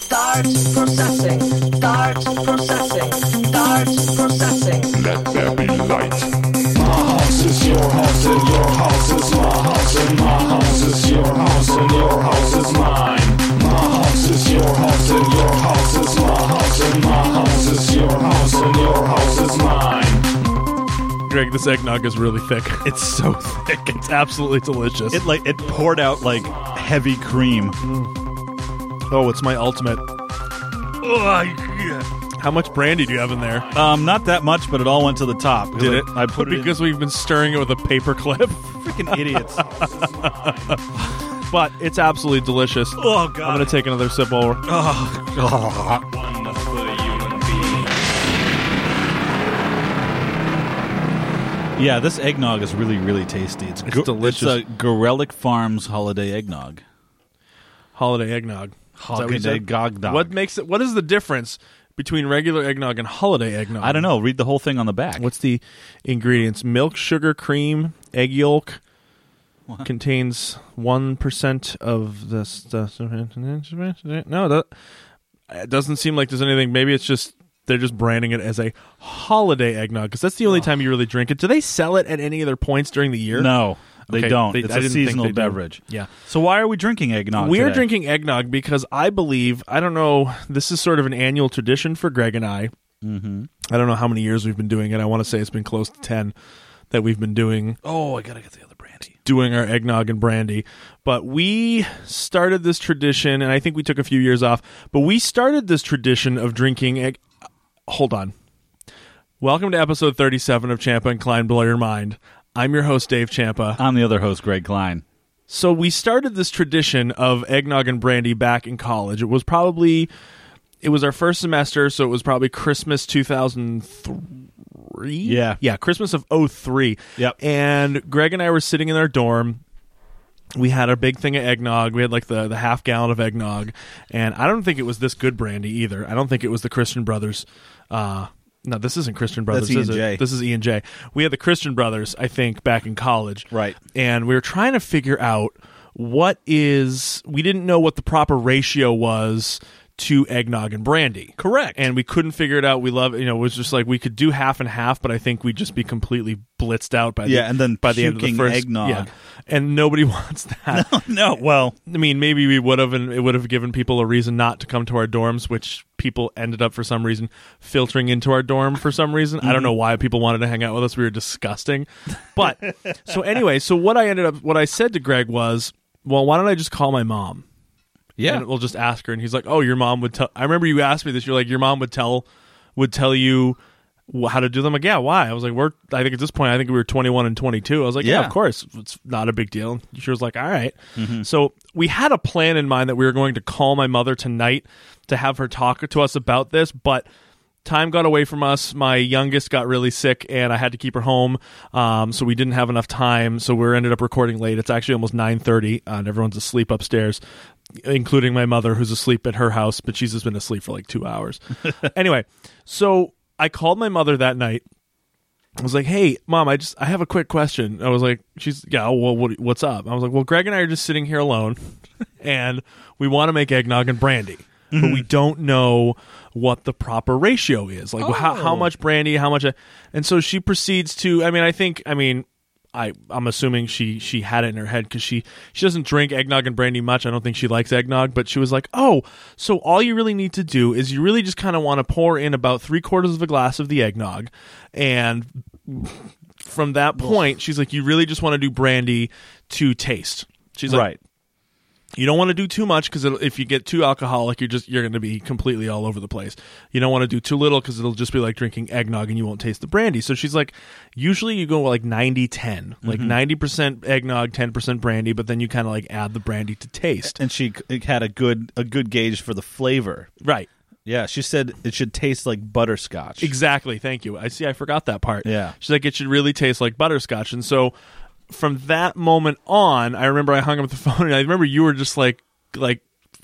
Start processing. Start processing. Start processing. Let there be light. house is your house and your house is my house and my house is your house and your house is mine. My house is your house and your house is my house and my house is your house and your house is mine. Greg, this eggnog is really thick. It's so thick. It's absolutely delicious. It like it poured out like heavy cream. oh, it's my ultimate. Ugh, yeah. How much brandy do you have in there? Um, not that much, but it all went to the top. Did it? I put But it because we've been stirring it with a paper clip. in. freaking idiots. But it's absolutely delicious. Oh, God. I'm gonna take another sip while we're yeah, this eggnog is really really tasty. It's, It's gu- delicious. It's a Gorelick Farms holiday eggnog. holiday eggnog. Is that what you Holiday said? eggnog. What makes it? What is the difference between regular eggnog and holiday eggnog? I don't know. Read the whole thing on the back. What's the ingredients? Milk, sugar, cream, egg yolk. Contains one percent of the stuff. No, that it doesn't seem like there's anything. Maybe it's just they're just branding it as a holiday eggnog because that's the only time you really drink it. Do they sell it at any other points during the year? No, they Okay, don't. they- it's I a didn't think seasonal they do. beverage. Yeah. So why are we drinking eggnog? We're today? drinking eggnog because I believe I don't know. This is sort of an annual tradition for Greg and I. Mm-hmm. I don't know how many years we've been doing it. I want to say it's been close to ten that we've been doing Oh, I gotta get the other brandy. doing our eggnog and brandy. But we started this tradition, and I think we took a few years off, but we started this tradition of drinking egg. Hold on. Welcome to episode 37 of Champa and Klein Blow Your Mind. I'm your host, Dave Champa. I'm the other host, Greg Klein. So we started this tradition of eggnog and brandy back in college. It was probably it was our first semester, so it was probably Christmas 2003. Yeah. Yeah, Christmas of 03. Yep. And Greg and I were sitting in our dorm. We had our big thing of eggnog. We had like the, the half gallon of eggnog. And I don't think it was this good brandy either. I don't think it was the Christian Brothers. Uh, no, this isn't Christian Brothers. is it? E&J. This is E and J. We had the Christian Brothers, I think, back in college Right. and we were trying to figure out what is we didn't know what the proper ratio was to eggnog and brandy. Correct. And we couldn't figure it out. We love you know, it was just like we could do half and half, but I think we'd just be completely blitzed out by Yeah, the and then by the end of the puking first eggnog. Yeah. And nobody wants that. No, well, I mean, maybe we would have, and it would have given people a reason not to come to our dorms, which people ended up for some reason filtering into our dorm for some reason. I don't know why people wanted to hang out with us. We were disgusting. But so anyway, so what I ended up, what I said to Greg was, well, why don't I just call my mom? and we'll just ask her. And he's like, oh, your mom would tell. I remember you asked me this. You're like, your mom would tell, would tell you wh- how to do them. Like, yeah, why? I was like, we're. I think at this point, I think we were 21 and 22. I was like, yeah, Mm-hmm. Yeah. of course, it's not a big deal. And she was like, all right. So we had a plan in mind that we were going to call my mother tonight to have her talk to us about this, but. Time got away from us. My youngest got really sick, and I had to keep her home, um, so we didn't have enough time. So we ended up recording late. It's actually almost nine thirty, and everyone's asleep upstairs including my mother who's asleep at her house, but she's just been asleep for like two hours. anyway, so I called my mother that night. I was like, "Hey, mom, I just I have a quick question." I was like, "She's yeah, well, what, what's up?" I was like, "Well, Greg and I are just sitting here alone, and we want to make eggnog and brandy, but we don't know what the proper ratio is, like how how much brandy, how much." And so she proceeds to. I mean, I think. I mean, I I'm assuming she she had it in her head because she she doesn't drink eggnog and brandy much. I don't think she likes eggnog, but she was like, "Oh, so all you really need to do is you really just kind of want to pour in about three quarters of a glass of the eggnog, and from that point, she's like, you really just want to do brandy to taste. She's like, right. you don't want to do too much because if you get too alcoholic, you're just you're going to be completely all over the place. You don't want to do too little because it'll just be like drinking eggnog and you won't taste the brandy. So she's like, usually you go like 90 10, like 90% eggnog, 10% brandy, but then you kind of like add the brandy to taste. And she c- had a good a good gauge for the flavor. Right. Yeah, she said it should taste like butterscotch. Exactly. Thank you. I see. I forgot that part. Yeah. She's like, it should really taste like butterscotch. And so from that moment on, I remember I hung up the phone and I remember you were just like, like,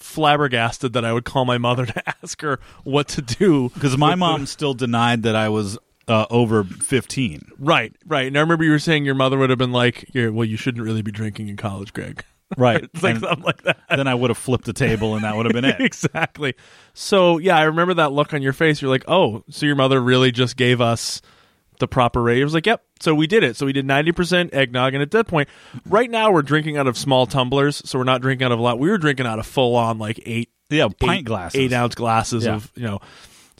flabbergasted that I would call my mother to ask her what to do Because my mom still denied that I was uh, over 15. Right, right. And I remember you were saying your mother would have been like, "You're well, you shouldn't really be drinking in college, Greg." right. It's like And something like that. then I would have flipped the table, and that would have been it. exactly. So yeah, I remember that look on your face. You're like, oh, so your mother really just gave us the proper rate. I was like, yep. So we did it. So we did ninety percent eggnog, and at that point, right now we're drinking out of small tumblers, so we're not drinking out of a lot. We were drinking out of full on like eight Yeah, pint eight- glasses. eight ounce glasses Yeah. of you know.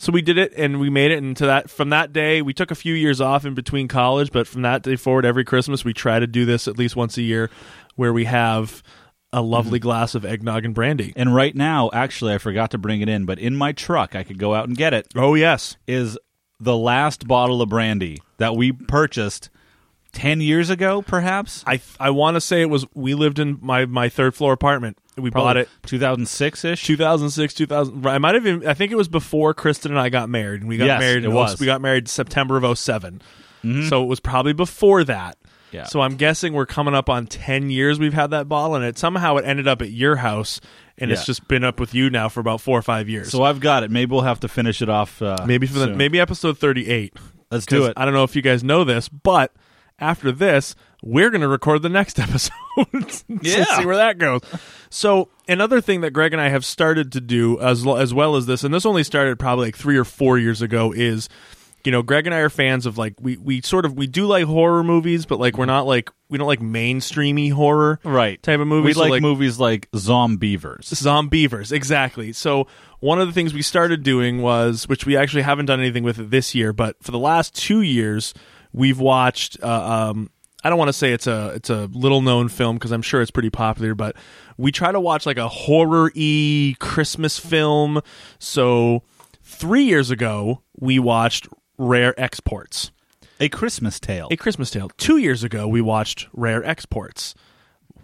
So we did it, and we made it. And to that, from that day, we took a few years off in between college, but from that day forward, every Christmas we try to do this at least once a year, where we have a lovely Mm-hmm. glass of eggnog and brandy. And right now, actually, I forgot to bring it in, but in my truck, I could go out and get it. Oh yes, Is the last bottle of brandy that we purchased ten years ago, perhaps? I I want to say it was we lived in my my third floor apartment. We bought it 2006 ish. 2006 2000 I might have even I think it was before Kristen and I got married and we got Yes, married in it oh- was. Mm-hmm. we got married September of 7 So it was probably before that. Yeah. So I'm guessing we're coming up on 10 years we've had that bottle and it somehow it ended up at your house and Yeah. it's just been up with you now for about 4 or 5 years. So I've got it. Maybe we'll have to finish it off. Uh, maybe for the, soon. maybe episode 38. Let's do 'Cause it. I don't know if you guys know this, but after this, we're going to record the next episode. So Yeah. see where that goes. So, another thing that Greg and I have started to do as lo- as well as this, and this only started probably like 3 or 4 years ago is you know, Greg and I are fans of like we we sort of we do like horror movies, but like we're not like we don't like mainstreamy horror right type of movies. We So, like, movies like Zombievers. Zombievers, exactly. So one of the things we started doing was, which we actually haven't done anything with it this year, but for the last two years, we've watched. Uh, um, I don't want to say it's a it's a little known film because I'm sure it's pretty popular, but we try to watch like a horror y Christmas film. So three years ago, we watched Rare Exports. A Christmas Tale. A Christmas Tale. Two years ago, we watched Rare Exports.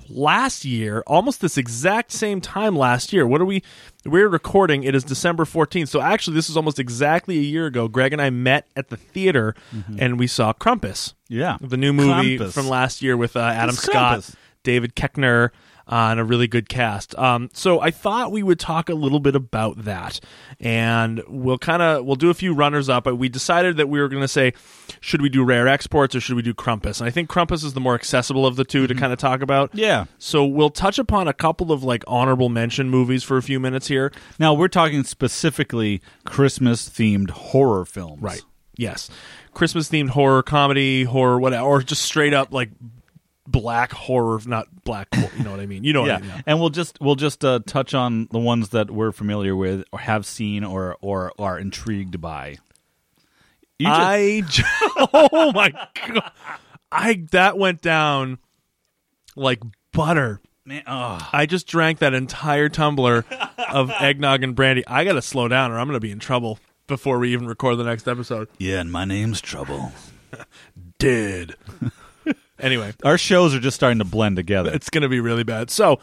Last year, almost this exact same time last year, what are we? We're recording. It is December 14th. So actually, this is almost exactly a year ago. Greg and I met at the theater and we saw Krampus, yeah. the new movie Krampus. from last year with uh, Adam Krampus. Scott, David Keckner, uh, and a really good cast. Um, so I thought we would talk a little bit about that, and we'll kind of we'll do a few runners up. But we decided that we were going to say, should we do rare exports or should we do Crumpus? And I think Crumpus is the more accessible of the 2 to kind of talk about. Mm-hmm. Yeah. So we'll touch upon a couple of like honorable mention movies for a few minutes here. Now we're talking specifically Christmas themed horror films. Right. Yes. Christmas themed horror comedy, horror whatever, or just straight up like black horror, not black. hor- You know what I mean? You know what I mean? Yeah. And we'll just we'll just uh, touch on the ones that we're familiar with or have seen or or are intrigued by. You just- I ju- oh my god, I that went down like butter. man, ah. ugh. I just drank that entire tumbler of eggnog and brandy. I gotta slow down, or I'm gonna be in trouble before we even record the next episode. yeah, and my name's Trouble. Did anyway. Our shows are just starting to blend together. It's going to be really bad. So,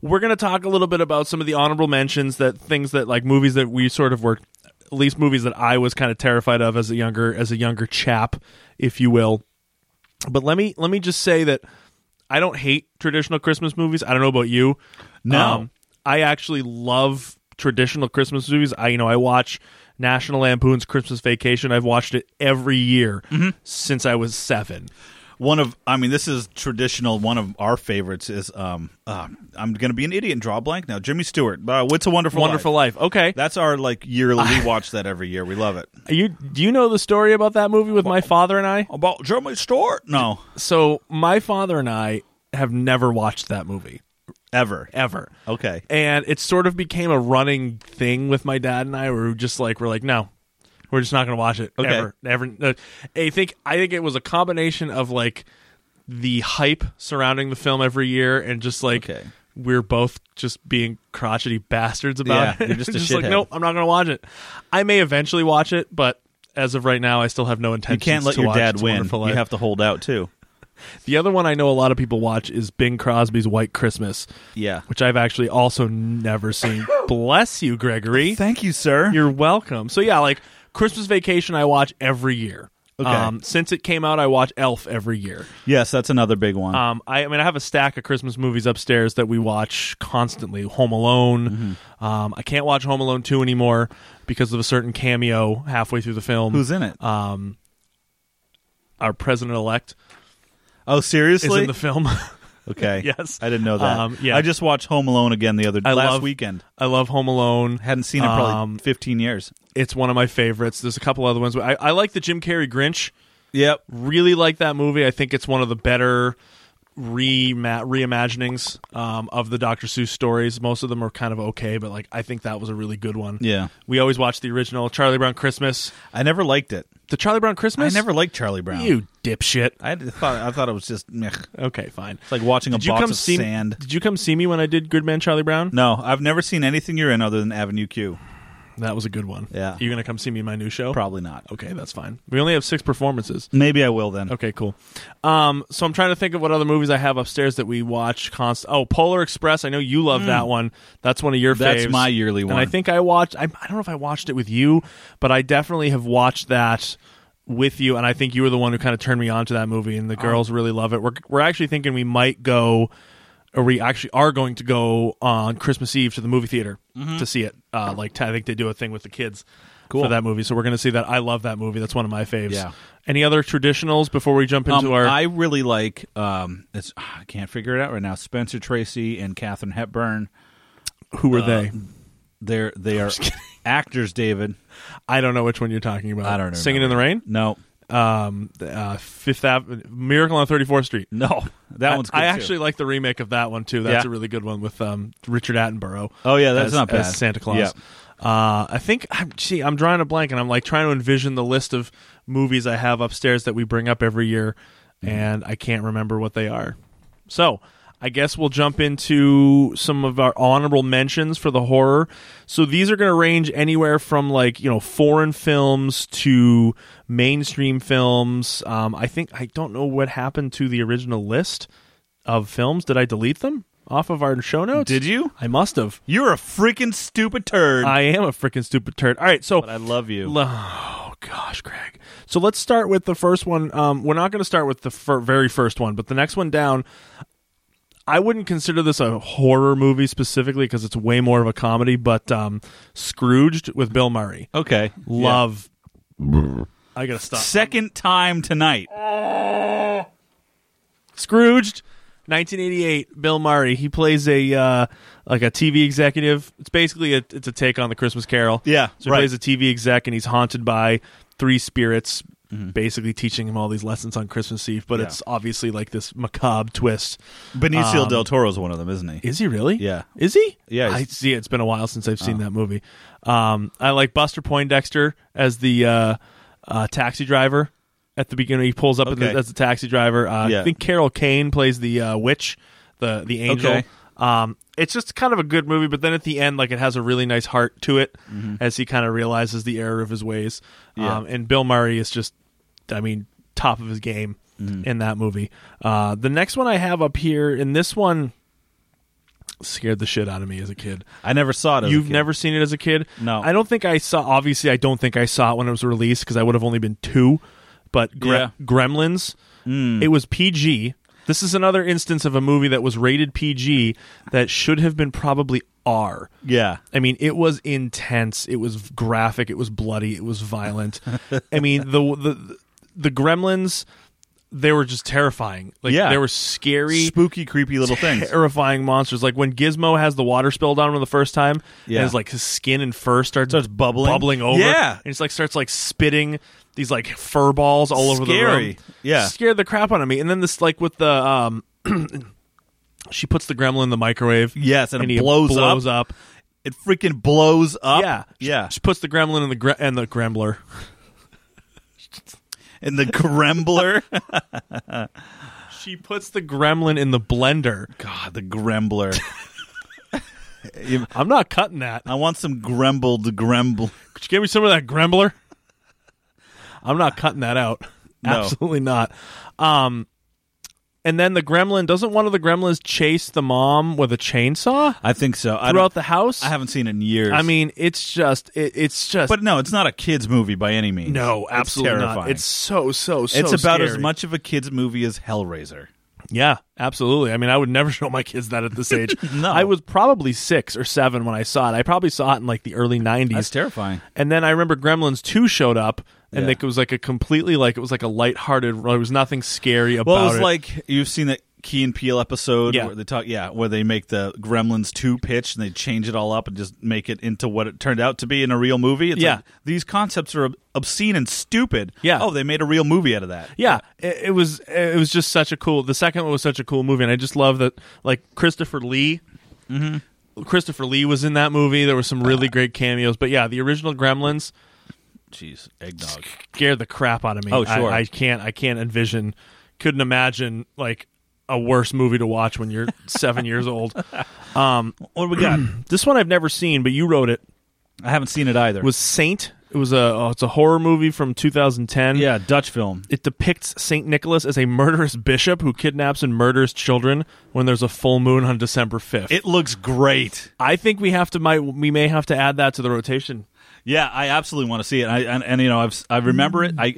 we're going to talk a little bit about some of the honorable mentions that things that like movies that we sort of were at least movies that I was kind of terrified of as a younger as a younger chap, if you will. But let me let me just say that I don't hate traditional Christmas movies. I don't know about you. Um, No. I actually love traditional Christmas movies. I you know, I watch National Lampoon's Christmas Vacation. I've watched it every year since I was 7. one of I mean this is traditional. One of our favorites is um uh, I'm going to be an idiot and draw a blank now. Jimmy Stewart. Uh, What's a wonderful Wonderful Life. life. Okay. That's our like yearly. we watch that every year. We love it. You do you know the story about that movie with my father and I? About Jimmy Stewart? No, So my father and I have never watched that movie ever. ever. Okay. And it sort of became a running thing with my dad and I where we just like we're like no. We're just not going to watch it Okay. ever. Never. uh, I think I think it was a combination of like the hype surrounding the film every year and just like Okay. we're both just being crotchety bastards about Yeah, it. you're just a like shithead. nope, I'm not going to watch it. I may eventually watch it, but as of right now, I still have no You intention. can't let to your watch dad It's a win. Wonderful You Life. have to hold out too. The other one I know a lot of people watch is Bing Crosby's White Christmas, Yeah. which I've actually also never seen. Bless you, Gregory. Thank you, sir. You're welcome. So yeah, like Christmas Vacation, I watch every year. Um, Okay. since it came out, I watch Elf every year. yes, that's another big one. Um, I, I mean, I have a stack of Christmas movies upstairs that we watch constantly. Home Alone. Mm-hmm. Um, I can't watch Home Alone two anymore because of a certain cameo halfway through the film. Who's in it? uh, Our president elect oh, is seriously? in the film. Okay. Yes. I didn't know that. Um, yeah. I just watched Home Alone again the other I last love- weekend. I love Home Alone. Hadn't seen it probably Um, 15 years. It's one of my favorites. There's a couple other ones. but I, I like the Jim Carrey Grinch. Yep. Really like that movie. I think it's one of the better re reimaginings um, of the Dr. Seuss stories. Most of them are kind of okay, but like I think that was a really good one. Yeah. We always watch the original Charlie Brown Christmas. I never liked it. The Charlie Brown I Christmas. never liked Charlie Brown. You dipshit. I had- thought I thought it was just meh. It's Okay, fine. like watching a Did you box come of see? sand. Did you come see me when I did Good Man Charlie Brown? No, I've never seen anything you're in other than Avenue Q. That was a good one. Yeah. you gonna come see me in my new show? Probably not. Okay, that's fine. We only have six performances. Maybe I will then. Okay, cool. Um, so I'm trying to think of what other movies I have upstairs that we watch const. Oh, Polar Express. I know you love that one. That's one of your Hmm. That's faves. my yearly And I one. think I watched. I, I don't know if I watched it with you, but I definitely have watched that with you. And I think you were the one who kind of turned me on to that movie. And the girls really love it. We're we're actually thinking we might go, or we actually are going to go on Christmas Eve to the movie theater to see it. Uh, like I think they do a thing with the kids. Mm-hmm. Cool. For that movie, so we're going to see that. I love that movie. That's one of my faves. Yeah. Any other traditionals before we jump into Um, our? I really like. Um, it's I can't figure it out right now. Spencer Tracy and Katherine Hepburn. who are uh, they? They're they are actors. David. I don't know which one you're talking about. I don't know. Singing in the rain. No, Um, uh, Fifth Avenue, Miracle on 34th Street. no, that I- one's. Good I too. actually like the remake of that one too. That's Yeah. a really good one with um, Richard Attenborough. Oh, yeah, that's as- not bad. As Santa Claus. Yeah. Uh, I think I'm. Gee, I'm drawing a blank, and I'm like trying to envision the list of movies I have upstairs that we bring up every year, Mm-hmm. and I can't remember what they are. So I guess we'll jump into some of our honorable mentions for the horror. So these are going to range anywhere from like you know foreign films to mainstream films. Um, I think I don't know what happened to the original list of films. Did I delete them off of our show notes? Did you? I must have. You're a freaking stupid turd. I am a freaking stupid turd. All right, so but I love you. L- Oh gosh, Greg. So let's start with the first one. Um, we're not going to start with the fir- very first one, but the next one down. I wouldn't consider this a horror movie specifically because it's way more of a comedy. But um, Scrooged with Bill Murray, okay. love. I gotta stop. Yeah. Second time tonight. Scrooged, 1988. Bill Murray. He plays a uh, like a TV executive. It's basically a, it's a take on the Christmas Carol. Yeah, so he right. plays a TV exec, and he's haunted by three spirits, basically teaching him all these lessons on Christmas Eve. But Mm-hmm. Yeah. it's obviously like this macabre twist. Benicio del Toro's one of them, isn't he? Is he really? Yeah. Is he? Yeah, I he's- Oh. see. It's been a while since I've seen that movie. Um, I like Buster Poindexter as the uh, uh, taxi driver. At the beginning, he pulls up in the- Okay. as a taxi driver. Uh, I Yeah. think Carol Kane plays the uh, witch, the the angel. Okay. Um, it's just kind of a good movie, but then at the end, like it has a really nice heart to it as he kind of realizes the error of his ways. Mm-hmm. Yeah. Um, and Bill Murray is just, I mean, top of his game Mm-hmm. in that movie. Uh, the next one I have up here, and this one scared the shit out of me as a kid. I never saw it. as a You've kid. never seen it as a kid? No. I don't think I saw. Obviously, I don't think I saw it when it was released because I would have only been two. But Gre- Yeah. Gremlins, Hmm. it was PG. This is another instance of a movie that was rated PG that should have been probably R. Yeah. I mean, it was intense. It was graphic. It was bloody. It was violent. I mean, the the the Gremlins, they were just terrifying. Like Yeah. they were scary Spooky, creepy little things. terrifying monsters. Like when Gizmo has the water spilled on him the first time, Yeah. and his like his skin and fur starts, Starts bubbling. over. Yeah. and it's like starts like spitting these like fur balls all over the room. Scary. Yeah. scared the crap out of me. And then this like with the um, she puts the gremlin in the microwave. Yes, and it he blows up. up. It freaking blows up. Yeah, Yeah. She, she puts the gremlin in the gre- and the gremler. And the Grembler. She puts the gremlin in the blender. God, the Grembler. I'm not cutting that. I want some grumbled grumble. Could you give me some of that Grembler? I'm not cutting that out. No. Absolutely not. Um, and then the gremlin doesn't one of the gremlins chase the mom with a chainsaw I think so. I, throughout don't- the house? I haven't seen it in years. I mean, it's just it, it's just but no, it's not a kids movie by any means. no, It's absolutely not. terrifying. It's so so so. it's about as scary. much of a kids movie as Hellraiser. Yeah, absolutely. I mean, I would never show my kids that at this age. No. I was probably six or seven when I saw it. I probably saw it in like the early '90s. That's terrifying. And then I remember Gremlins 2 showed up and Yeah. like, it was like a completely like it was like a lighthearted it was nothing scary about Well, it was like you've seen that Key and Peele episode Yeah. where they talk, yeah, where they make the Gremlins two pitch and they change it all up and just make it into what it turned out to be in a real movie. It's Yeah. like, these concepts are ob- obscene and stupid. Yeah. oh, they made a real movie out of that. yeah, it, it was it was just such a cool. The second one was such a cool movie, and I just love that like Christopher Lee. Christopher Lee was in that movie. There were some really great cameos, but yeah, the original Gremlins Jeez, eggnog. scared the crap out of me. Oh, sure. I, I can't. I can't envision. Couldn't imagine like a worse movie to watch when you're seven years old. What do we got? This one I've never seen, but you wrote it. I haven't seen it either. Was Saint? It was a. Oh, it's a horror movie from 2010. yeah, Dutch film. It depicts Saint Nicholas as a murderous bishop who kidnaps and murders children when there's a full moon on December 5th. It looks great. I think we have to might we may have to add that to the rotation. Yeah, I absolutely want to see it. I, and, and you know, I've, s- I remember it. I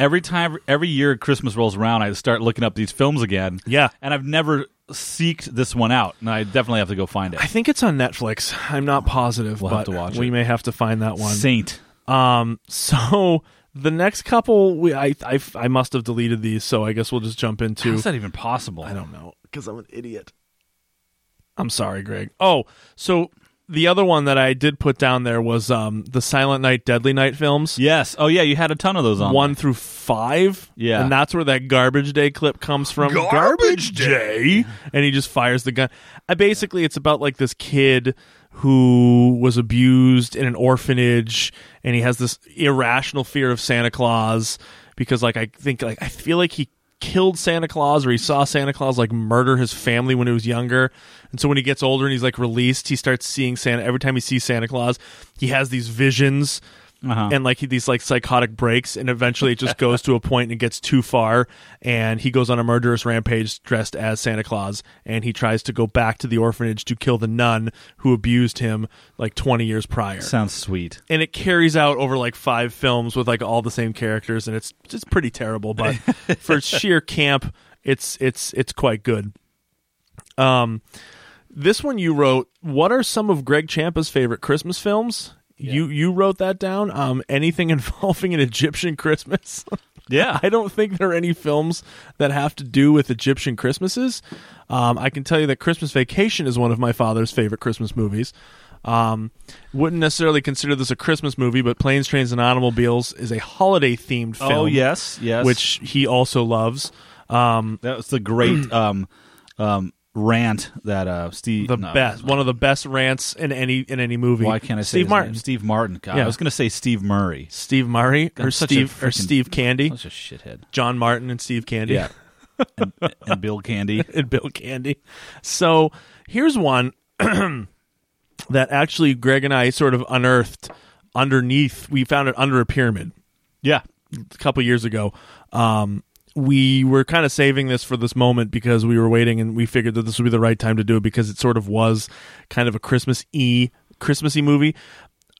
every time, every year Christmas rolls around, I start looking up these films again. Yeah. and I've never seeked this one out, and I definitely have to go find it. I think it's on Netflix. I'm not positive, We'll but have to watch we it. may have to find that one. Saint. Um, so the next couple, we I, I I must have deleted these, so I guess we'll just jump into. How's that even possible? I don't know because I'm an idiot. I'm sorry, Greg. Oh, so the other one that I did put down there was um the Silent Night, Deadly Night films. Yes. Oh yeah, you had a ton of those on. One through five, Yeah. and that's where that garbage day clip comes from. Garbage day, and he just fires the gun. I basically, it's about like this kid who was abused in an orphanage, and he has this irrational fear of Santa Claus because, like, I think, like, I feel like he killed Santa Claus or he saw Santa Claus like murder his family when he was younger. And so when he gets older and he's like released, he starts seeing Santa every time he sees Santa Claus, he has these visions and like he, these like psychotic breaks and eventually it just goes to a point and it gets too far and he goes on a murderous rampage dressed as Santa Claus and he tries to go back to the orphanage to kill the nun who abused him like 20 years prior. Sounds sweet. and it carries out over like five films with like all the same characters and it's just pretty terrible but for sheer camp it's it's it's quite good um this one you wrote what are some of greg champa's favorite christmas films you you wrote that down um anything involving an egyptian christmas Yeah. I don't think there are any films that have to do with Egyptian Christmases. Um, I can tell you that Christmas Vacation is one of my father's favorite Christmas movies. Um, wouldn't necessarily consider this a Christmas movie, but Planes, Trains, and Automobiles is a holiday themed film. oh yes, yes. Which he also loves. Um, that was the great um, um, rant that uh, Steve. the no, best, one of the best rants in any in any movie. Why can't I say Steve his Martin? name? Steve Martin. God, Yeah. I was going to say Steve Murray. Steve Murray or I'm such a Steve or freaking- Steve Candy, That's a shithead. John Martin and Steve Candy. Yeah. and, and Bill Candy. and Bill Candy. So here's one that actually Greg and I sort of unearthed underneath. We found it under a pyramid Yeah. a couple years ago. Um, we were kind of saving this for this moment because we were waiting and we figured that this would be the right time to do it because it sort of was kind of a Christmas e Christmassy movie.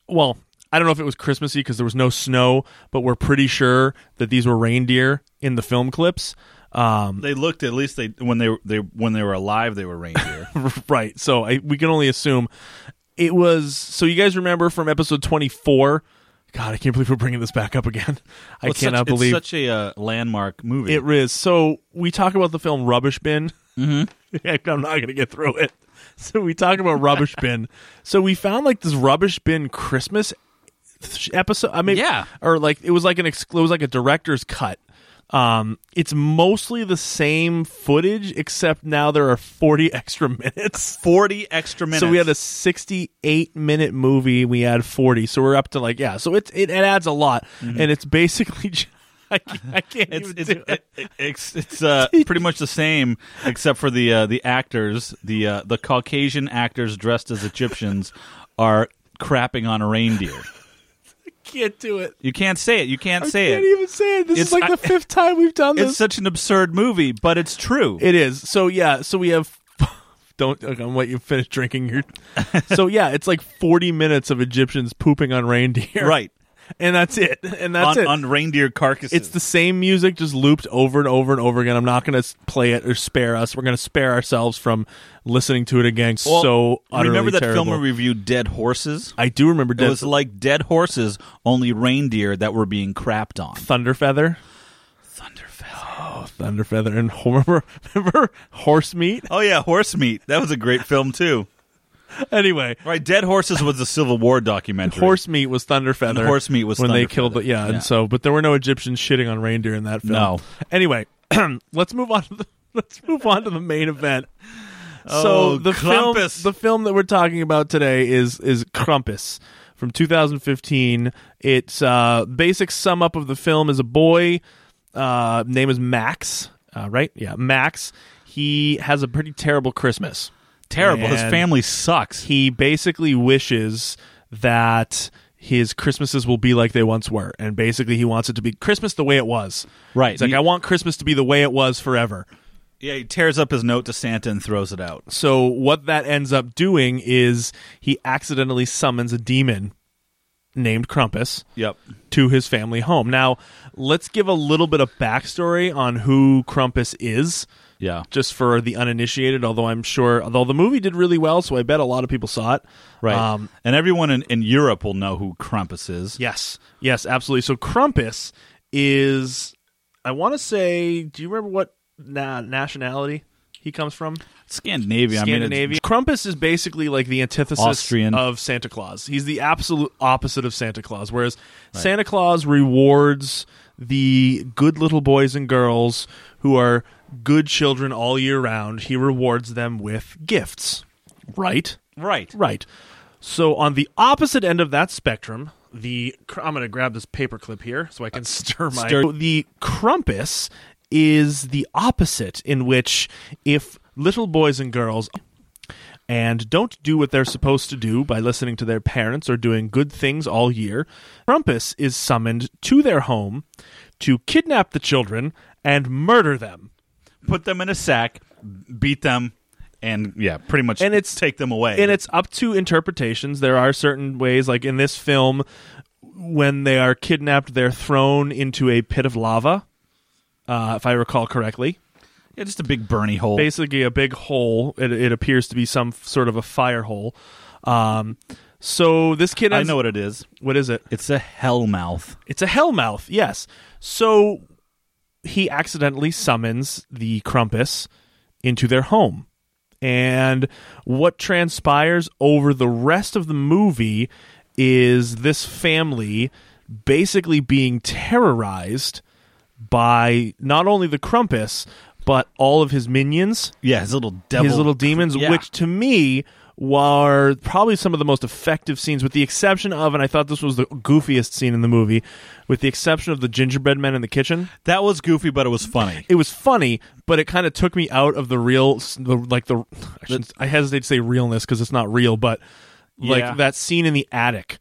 Well, I don't know if it was Christmassy because there was no snow, but we're pretty sure that these were reindeer in the film clips. Um, They looked at least they when they were they when they were alive they were reindeer. right. So I, we can only assume it was. So you guys remember from episode twenty four? God, I can't believe we're bringing this back up again. I It's cannot such, believe it's such a uh, landmark movie. it is. So we talk about the film Rubbish Bin. Mm-hmm. I'm not going to get through it. So we talk about Rubbish Bin. So we found like this Rubbish Bin Christmas th- episode. I mean, Yeah. or like it was like an ex- it was like a director's cut. Um, it's mostly the same footage, except now there are 40 extra minutes. 40 extra minutes. So we had a 68 minute movie. We had 40. So we're up to like yeah. So it's it, it adds a lot, and it's basically ju- I can't, I can't Mm-hmm. it's even it's do it. it, it's, it's uh, pretty much the same except for the uh, the actors, the uh, the Caucasian actors dressed as Egyptians are crapping on a reindeer. Can't do it. You can't say it. You can't I say can't it. even say it. This It's- is like I- the fifth time we've done It's this. such an absurd movie, but it's true. It is. So yeah. So we have. Don't. Okay, I'm gonna let you finish drinking your. so yeah, it's like 40 minutes of Egyptians pooping on reindeer. right. And that's it. And that's on, it. on reindeer carcasses. It's the same music just looped over and over and over again. I'm not going to play it or spare us. We're going to spare ourselves from listening to it again. Well, so utterly remember that terrible. film we reviewed, Dead Horses. I do remember It Dead was like dead horses, only reindeer that were being crapped on. Thunder Feather. Thunderfell. Oh, Oh, Thunder Feather and remember, remember horse meat. Oh yeah, horse meat. That was a great film too. Anyway, Right, Dead Horses was a Civil War documentary. horse meat was Thunder Feather. And horse meat was when they Thunder killed. Feather. The, yeah, Yeah. and so but there were no Egyptians shitting on reindeer in that film. No. Anyway, let's move on. To the, let's move on to the main event. Oh, so the Krampus. film, the film that we're talking about today is is Krampus from 2015. It's uh, basic sum up of the film is a boy. Uh, name is Max. Uh, right? Yeah, Max. He has a pretty terrible Christmas terrible. His And- family sucks. he basically wishes that his Christmases will be like they once were, and basically he wants it to be Christmas the way it was. Right. It's like He- I want Christmas to be the way it was forever. Yeah, he tears up his note to Santa and throws it out. So what that ends up doing is he accidentally summons a demon named Krampus Yep. to his family home. Now, let's give a little bit of backstory on who Krampus is. Yeah. just for the uninitiated, although I'm sure, although the movie did really well, so I bet a lot of people saw it. Right. Um, and everyone in, in Europe will know who Krampus is. Yes, yes, absolutely. So Krampus is, I want to say, do you remember what na- nationality he comes from? Scandinavia. I mean, Scandinavia. it's- Krampus is basically like the antithesis Austrian. of Santa Claus. He's the absolute opposite of Santa Claus. Whereas Santa Claus rewards the good little boys and girls who are good children all year round. He rewards them with gifts. Right? right. Right. So on the opposite end of that spectrum, the cr- I'm going to grab this paperclip here so I can stir my Uh, stir- the Krampus is the opposite in which if little boys and girls and don't do what they're supposed to do by listening to their parents or doing good things all year, Krampus is summoned to their home to kidnap the children and murder them. Put them in a sack, beat them, and yeah, pretty much And it's- take them away. and it's up to interpretations there are certain ways like in this film when they are kidnapped they're thrown into a pit of lava uh, if i recall correctly yeah, just a big Bernie hole. basically a big hole it, it appears to be some f- sort of a fire hole um, so this kid I has, know what it is. what is it It's a hell mouth. it's a hellmouth yes so he accidentally summons the Krampus into their home. And what transpires over the rest of the movie is this family basically being terrorized by not only the Krampus, but all of his minions, Yeah, his little devil. his little demons, Yeah. which to me were probably some of the most effective scenes, with the exception of, and I thought this was the goofiest scene in the movie, with the exception of the gingerbread men in the kitchen That was goofy, but it was funny. it was funny, but it kind of took me out of the real, the, like the. I, shouldn't- I hesitate to say realness because it's not real, but like Yeah. that scene in the attic.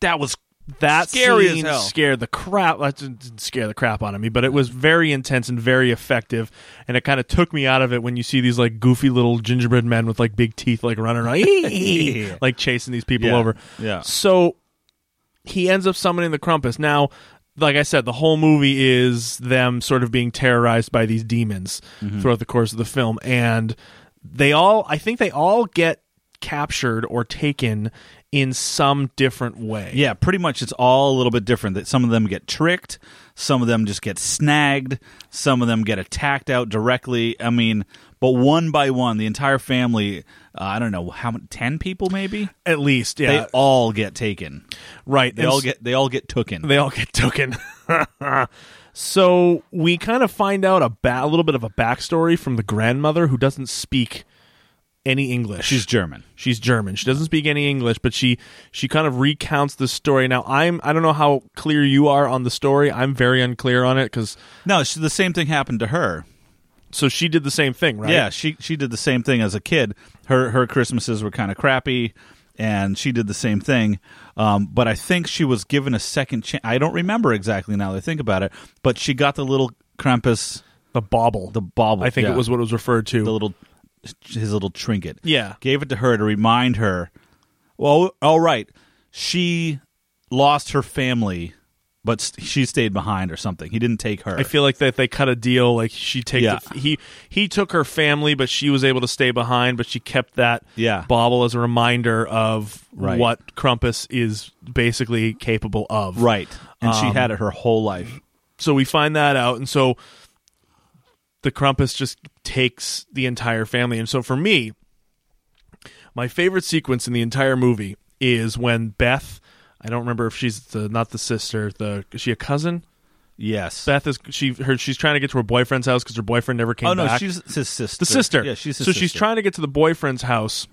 That was That Scary as scene hell. scared the crap. That didn't didn't scare the crap out of me, but it was very intense and very effective. And it kind of took me out of it when you see these like goofy little gingerbread men with like big teeth, like running around, like chasing these people Yeah. over. Yeah. So he ends up summoning the Krampus. Now, like I said, the whole movie is them sort of being terrorized by these demons Mm-hmm. throughout the course of the film, and they all, I think, they all get captured or taken in some different way. Yeah, pretty much it's all a little bit different. That some of them get tricked, some of them just get snagged, some of them get attacked out directly. I mean, but one by one, the entire family, uh, I don't know, how many, 10 people maybe? at least, yeah, They all get taken. right. They And all s- get they all get tooken. they all get taken. so we kind of find out a, ba- a little bit of a backstory from the grandmother who doesn't speak any English. She's German. She's German. She doesn't speak any English, but she she kind of recounts the story. Now I'm I don't know how clear you are on the story. I'm very unclear on it because No, she, the same thing happened to her. so she did the same thing, right? Yeah, she she did the same thing as a kid. Her her Christmases were kind of crappy, and she did the same thing. Um, but I think she was given a second chance. I don't remember exactly now that I think about it, but she got the little Krampus, the bauble. the bauble. I think yeah, it was what it was referred to. the little his little trinket. Yeah. gave it to her to remind her. Well, all right, she lost her family, but st- she stayed behind or something. He didn't take her. I feel like that they cut a deal. Like she take Yeah. the, he he took her family, but she was able to stay behind. But she kept that Yeah. bauble as a reminder of Right. what Krampus is basically capable of. Um, right, and she had it her whole life. So we find that out, and so the Krampus just takes the entire family. And so for me, my favorite sequence in the entire movie is when Beth. I don't remember if she's the not the sister. The is she a cousin? Yes. Beth is she her she's trying to get to her boyfriend's house because her boyfriend never came oh no, back. she's his sister. Hmm. the sister. Yeah, she's his so sister. she's trying to get to the boyfriend's house.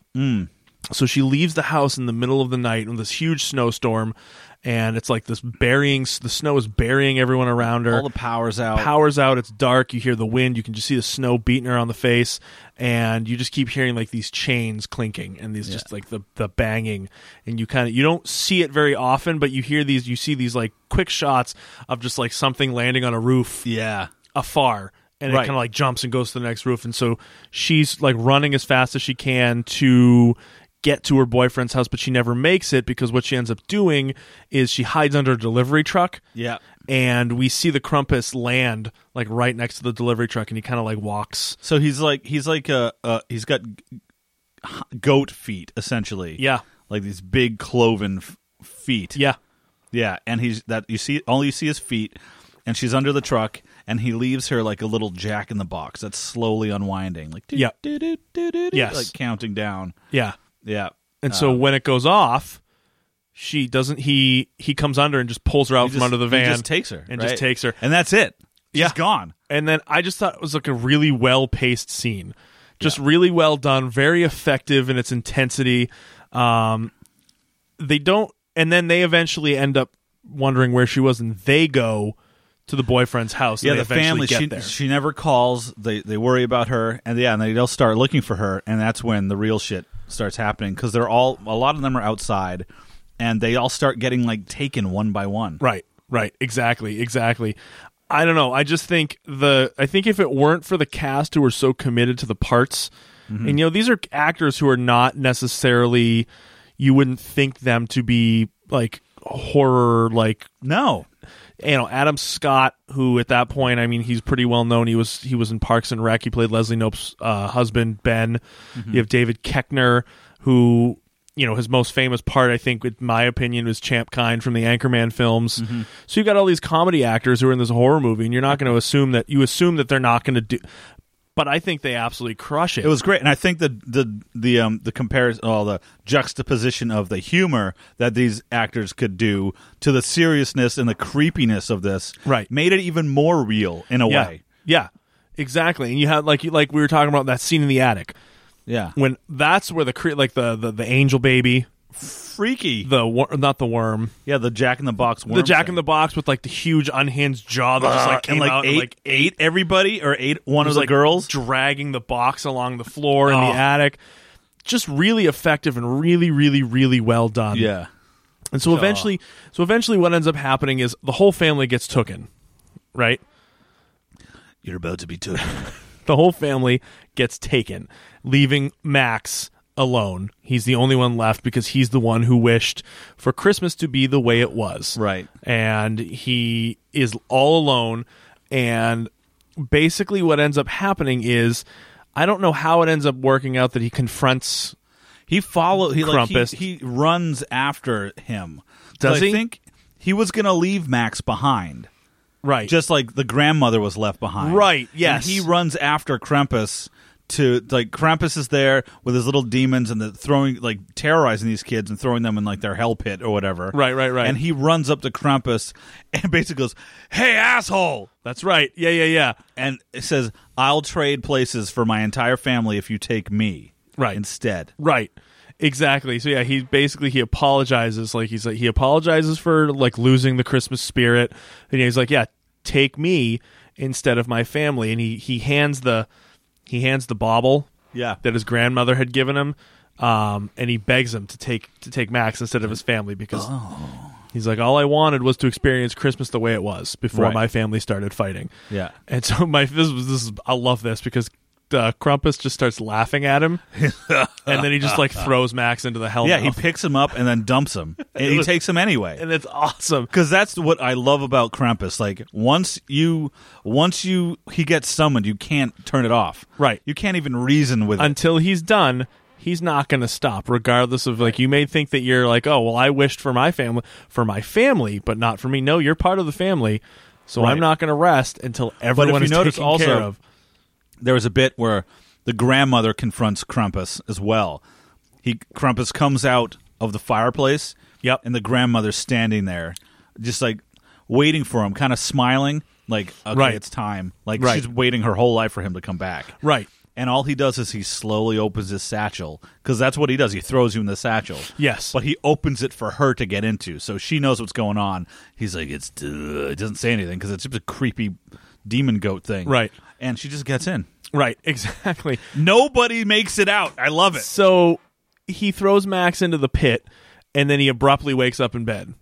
So she leaves the house in the middle of the night in this huge snowstorm, and it's like this burying. The snow is burying everyone around her all the powers out. powers out it's dark you hear the wind you can just see the snow beating her on the face and you just keep hearing like these chains clinking and these just like the the banging and you kind of you don't see it very often but you hear these you see these like quick shots of just like something landing on a roof yeah. afar and it Right. kind of like jumps and goes to the next roof and so she's like running as fast as she can to get to her boyfriend's house but she never makes it because what she ends up doing is she hides under a delivery truck Yeah. and we see the Krampus land like right next to the delivery truck, and he kind of like walks. So he's like he's like a uh, he's got g- goat feet essentially. Yeah, Like these big cloven f- feet. yeah, Yeah, and he's that you see all you see is feet, and she's under the truck, and he leaves her like a little jack in the box that's slowly unwinding, like Yeah. do, do, do, do, do, Yes. like counting down. yeah. Yeah, And Um, so when it goes off, she doesn't. He he comes under and just pulls her out He from just- under the he van, just takes her and right? just takes her. and that's it. She's Yeah. gone. And then I just thought it was like a really well paced scene, just really well done, very effective in its intensity. Um, they don't, and then they eventually end up wondering where she was, and they go to the boyfriend's house. Yeah, and the they eventually family. get She, there. she never calls. They they worry about her, and yeah, and they, they'll start looking for her, and that's when the real shit starts happening because they're all a lot of them are outside, and they all start getting like taken one by one. Right, right, exactly, exactly. I don't know. I just think the I think if it weren't for the cast who were so committed to the parts, and you know these are actors who are not necessarily you wouldn't think them to be like horror like No, you know Adam Scott who at that point I mean he's pretty well known he was he was in Parks and Rec he played Leslie Nope's uh, husband Ben Mm-hmm. you have David Keckner who you know his most famous part I think in my opinion was Champ Kind from the Anchorman films Mm-hmm. so you've got all these comedy actors who are in this horror movie and you're not going to assume that you assume that they're not going to do but I think they absolutely crush it It was great, and I think the the the um the comparison, all the juxtaposition of the humor that these actors could do to the seriousness and the creepiness of this, Right. made it even more real in a yeah way. yeah exactly and you had like you like we were talking about that scene in the attic Yeah, when that's where the cre- like the the, the angel baby freaky. the wor- not the worm yeah, the Jack in the Box, worm the Jack in thing. the Box with like the huge unhinged jaw that just Uh, like came and like out eight, and like ate everybody or ate one of was the like girls. dragging the box along the floor in Oh. the attic. Just really effective and really, really, really well done. yeah, And so eventually, so eventually, what ends up happening is the whole family gets taken, right? you're about to be took. The whole family gets taken, leaving Max alone. He's the only one left because he's the one who wished for Christmas to be the way it was. Right. And he is all alone. And basically, what ends up happening is I don't know how it ends up working out that he confronts. He follow he like Krampus. he, he runs after him. Does So I he? think he was gonna leave Max behind. Right. just like the grandmother was left behind. Right, yes. And he runs after Krampus to like Krampus is there with his little demons and the throwing like terrorizing these kids and throwing them in like their hell pit or whatever. Right, right, right. And he runs up to Krampus and basically goes, "Hey, asshole!" That's right. Yeah, yeah, yeah. and says, "I'll trade places for my entire family if you take me." Right. Instead. Right. Exactly. So yeah, he basically he apologizes. Like he's like he apologizes for like losing the Christmas spirit, and he's like, yeah, take me instead of my family. And he he hands the he hands the bauble Yeah. that his grandmother had given him, um, and he begs him to take to take Max instead of his family because Oh. he's like, all I wanted was to experience Christmas the way it was before Right. my family started fighting. Yeah. And so my this was this is, I love this because uh, Krampus just starts laughing at him, and then he just like throws Max into the hell. Yeah, he mouth. picks him up and then dumps him. And he takes him anyway. and it's awesome. because that's what I love about Krampus. Like once you, once you, he gets summoned, you can't turn it off. Right. You can't even reason with it. Until he's done, he's not going to stop, regardless of like you may think that you're like, oh well, I wished for my family for my family, but not for me. No, you're part of the family, so Right. I'm not going to rest until But everyone if you is notice, taken care also, of. there was a bit where the grandmother confronts Krampus as well. He Krampus comes out of the fireplace. Yep. And the grandmother's standing there, just like waiting for him, kind of smiling, like okay, Right. it's time. Like Right. she's waiting her whole life for him to come back. Right. And all he does is he slowly opens his satchel because that's what he does. He throws you in the satchel. Yes. But he opens it for her to get into, so she knows what's going on. He's like, it's. Uh, it doesn't say anything because it's just a creepy demon goat thing. Right. And she just gets in. Right, exactly. Nobody makes it out. I love it. So he throws Max into the pit, and then he abruptly wakes up in bed.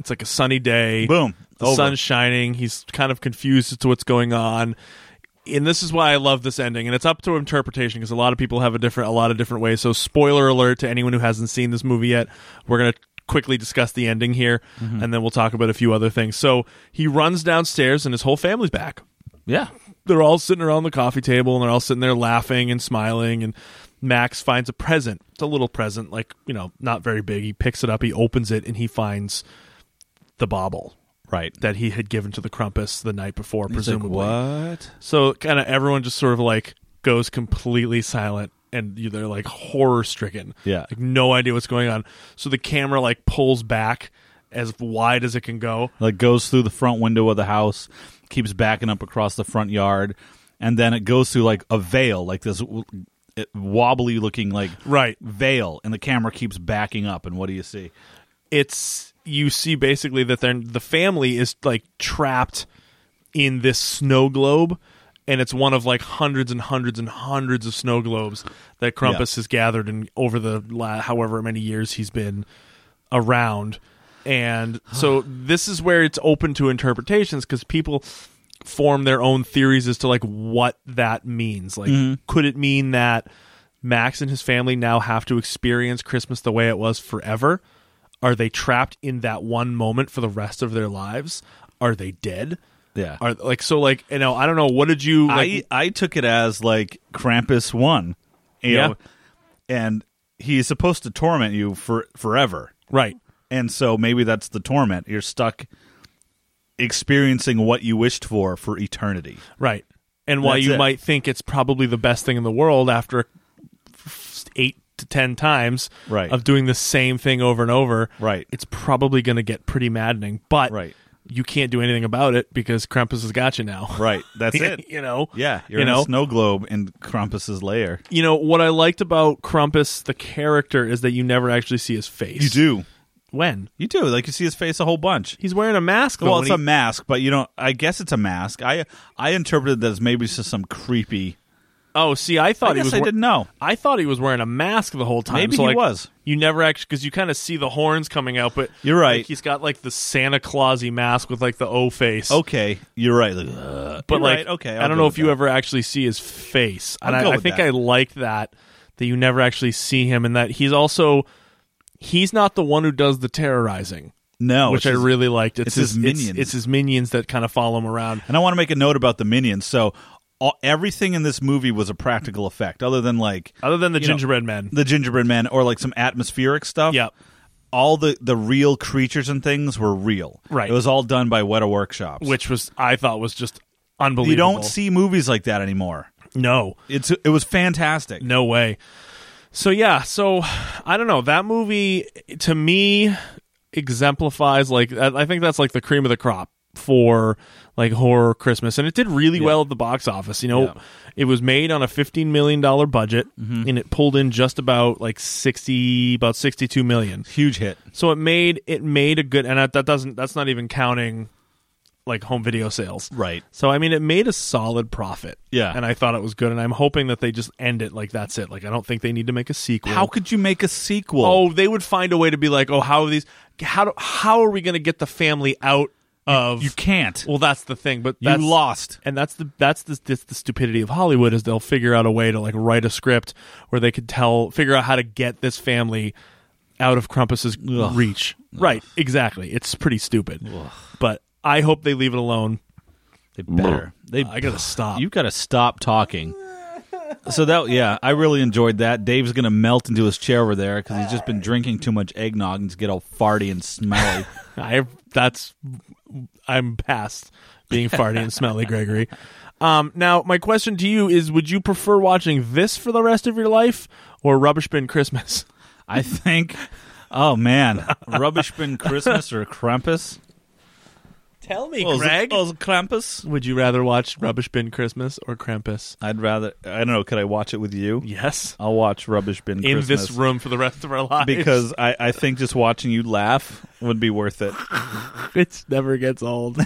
It's like a sunny day. Boom. The Over. sun's shining. He's kind of confused as to what's going on. And this is why I love this ending, and it's up to interpretation because a lot of people have a different, a lot of different ways. So, spoiler alert to anyone who hasn't seen this movie yet, we're gonna quickly discuss the ending here, and then we'll talk about a few other things. So he runs downstairs, and his whole family's back Yeah. they're all sitting around the coffee table and they're all sitting there laughing and smiling and Max finds a present. It's a little present, like, you know, not very big. He picks it up, he opens it, and he finds the bauble Right. that he had given to the Crumpus the night before, presumably. what? So kind of everyone just sort of like goes completely silent and you- they're like horror stricken. Yeah. Like no idea what's going on. So the camera like pulls back as wide as it can go. Like goes through the front window of the house, keeps backing up across the front yard, and then it goes through like a veil, like this w- it- wobbly looking like Right. veil, and the camera keeps backing up. And what do you see? it's you see basically that they're the family is like trapped in this snow globe and it's one of like hundreds and hundreds and hundreds of snow globes that Krampus has gathered in over the la- however many years he's been around and so this is where it's open to interpretations because people form their own theories as to like what that means like could it mean that max and his family now have to experience christmas the way it was forever are they trapped in that one moment for the rest of their lives are they dead Yeah. are like so like you know i don't know what did you like I I took it as like Krampus won, you Yeah. know, and he's supposed to torment you for forever. right And so maybe that's the torment. You're stuck experiencing what you wished for for eternity. right and while That's you it. might think it's probably the best thing in the world after eight to ten times Right. of doing the same thing over and over Right. it's probably going to get pretty maddening but Right. you can't do anything about it because krampus has got you now Right. That's it. you know Yeah, you're you in know a snow globe in Krampus's lair. you know what i liked about krampus the character is that you never actually see his face do. when You do. Like you see his face a whole bunch. he's wearing a mask though, Well, when it's he- a mask, but you don't I guess it's a mask. I I interpreted that as maybe it's just some creepy oh see i thought I he was guess I wear- didn't know. I thought he was wearing a mask the whole time. Maybe so he like, was. You never actually because you kind of see the horns coming out, but You're like, right. he's got like the Santa Clausy mask with like the O face. Okay, you're right. Like, uh, but Oh, you're like right. okay, I I'll don't go know with if you that. ever actually see his face, and I'll go I, I with think that. I like that that you never actually see him, and that he's also he's not the one who does the terrorizing, no, which Oh, it's I just- really liked. it's It's, his it's- minions. It's, his minions that kind of follow him around. And I want to make a note about the minions. So all, everything in this movie was a practical effect, other than like Other than the You know, gingerbread men, the gingerbread man or like some atmospheric stuff. Yep. All the the real creatures and things were real. Right. It was all done by Weta Workshops, which was I thought was just unbelievable. you don't see movies like that anymore. no. It's it was fantastic. No way. So yeah, so I don't know. That movie to me exemplifies like I I think that's like the cream of the crop for like horror Christmas and it did really well at the box office. You know, Yeah. Mm-hmm. it was made on a 15 million dollar budget and it pulled in just about like 60 about 62 million. Huge hit. So it made it made a good and that that doesn't that's not even counting like home video sales. Right. So I mean, it made a solid profit. Yeah. and I thought it was good, and I'm hoping that they just end it like that's it. Like I don't think they need to make a sequel. How could you make a sequel? Oh, they would find a way to be like, oh, how are these? How do, how are we going to get the family out of? you can't. Well, that's the thing, but you that's, lost. and that's the that's the, that's the stupidity of Hollywood is they'll figure out a way to like write a script where they could tell figure out how to get this family out of Krampus's reach. Right, exactly. It's pretty stupid, but I hope they leave it alone. They better. They I gotta stop. You got to stop talking. So that yeah, I really enjoyed that. Dave's gonna melt into his chair over there because he's just been drinking too much eggnog and just get all farty and smelly. I that's I'm past being farty and smelly, Gregory. Um, now, my question to you is: Would you prefer watching this for the rest of your life or Rubbish Bin Christmas? I think. Oh man, rubbish bin Christmas or Krampus? Tell me, Oh, is it- Greg. oh, is it Krampus? Would you rather watch Rubbish Bin Christmas or Krampus? I'd rather. I don't know. Could I watch it with you? Yes, I'll watch rubbish bin in Christmas this room for the rest of our lives because I, I think just watching you laugh would be worth it. it never gets old.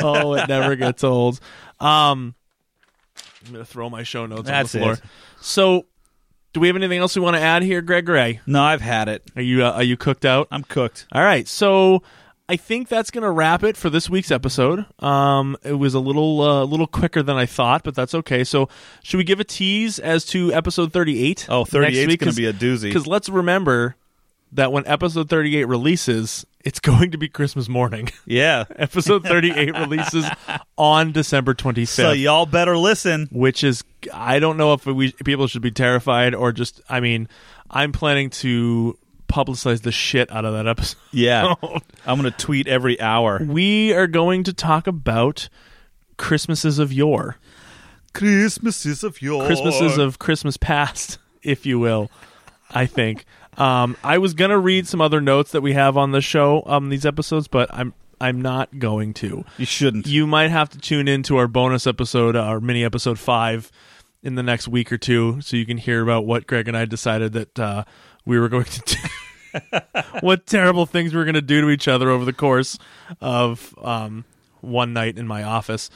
oh, it never gets old. Um, I'm gonna throw my show notes That's on the floor. it. So, do we have anything else we want to add here, Greg Ray? No, I've had it. Are you uh, are you cooked out? I'm cooked. All right, so I think that's going to wrap it for this week's episode. Um, it was a little uh, little quicker than I thought, but that's okay. So, should we give a tease as to episode 38? Oh, 38 is going to be a Because doozy. let's remember that when episode 38 releases, it's going to be Christmas morning. Yeah. episode 38 releases on December 25th. So y'all better listen. which is, I don't know if we people should be terrified or just, I mean, I'm planning to publicize the shit out of that episode. Yeah. I'm going to tweet every hour. we are going to talk about Christmases of yore, Christmases of yore. Christmases of Christmas past, if you will. I think. Um, I was gonna read some other notes that we have on the show, um, these episodes, but I'm I'm not going to. You shouldn't. You might have to tune in to our bonus episode, our mini episode five, in the next week or two, so you can hear about what Greg and I decided that uh, we were going to do. what terrible things we were going to do to each other over the course of um, one night in my office.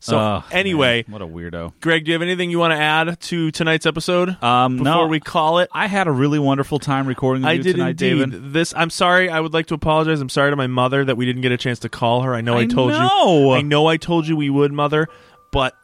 So, Oh, anyway, man, what a weirdo. Greg, do you have anything you want to add to tonight's episode Um, before no. we call it? I had a really wonderful time recording with I you did tonight, indeed. David. This I'm sorry. I would like to apologize. I'm sorry to my mother that we didn't get a chance to call her. I know I, I told you. know. I know I told you we would, mother. But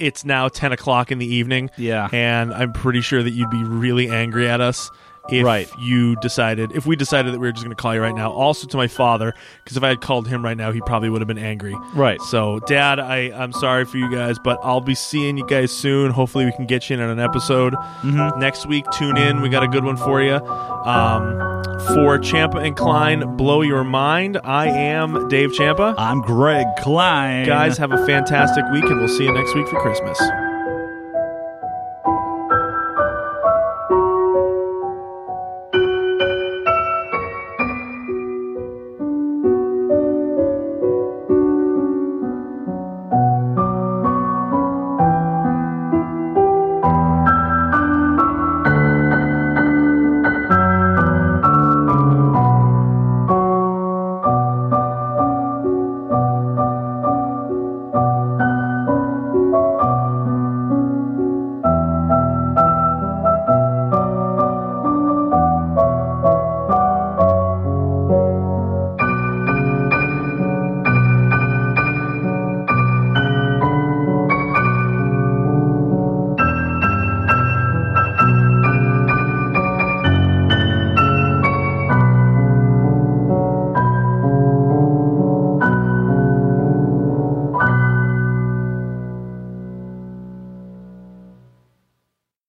it's now ten o'clock in the evening. Yeah. and I'm pretty sure that you'd be really angry at us if Right. you decided if we decided that we were just going to call you right now. Also to my father, because if I had called him right now, he probably would have been angry. Right. So, Dad, I I'm sorry for you guys, but I'll be seeing you guys soon. Hopefully, we can get you in on an episode Mm-hmm. next week. Tune in. We got a good one for you. Um, for Champa and Klein, blow your mind. I am Dave Champa. I'm Greg Klein. Guys, have a fantastic week, and we'll see you next week for Christmas.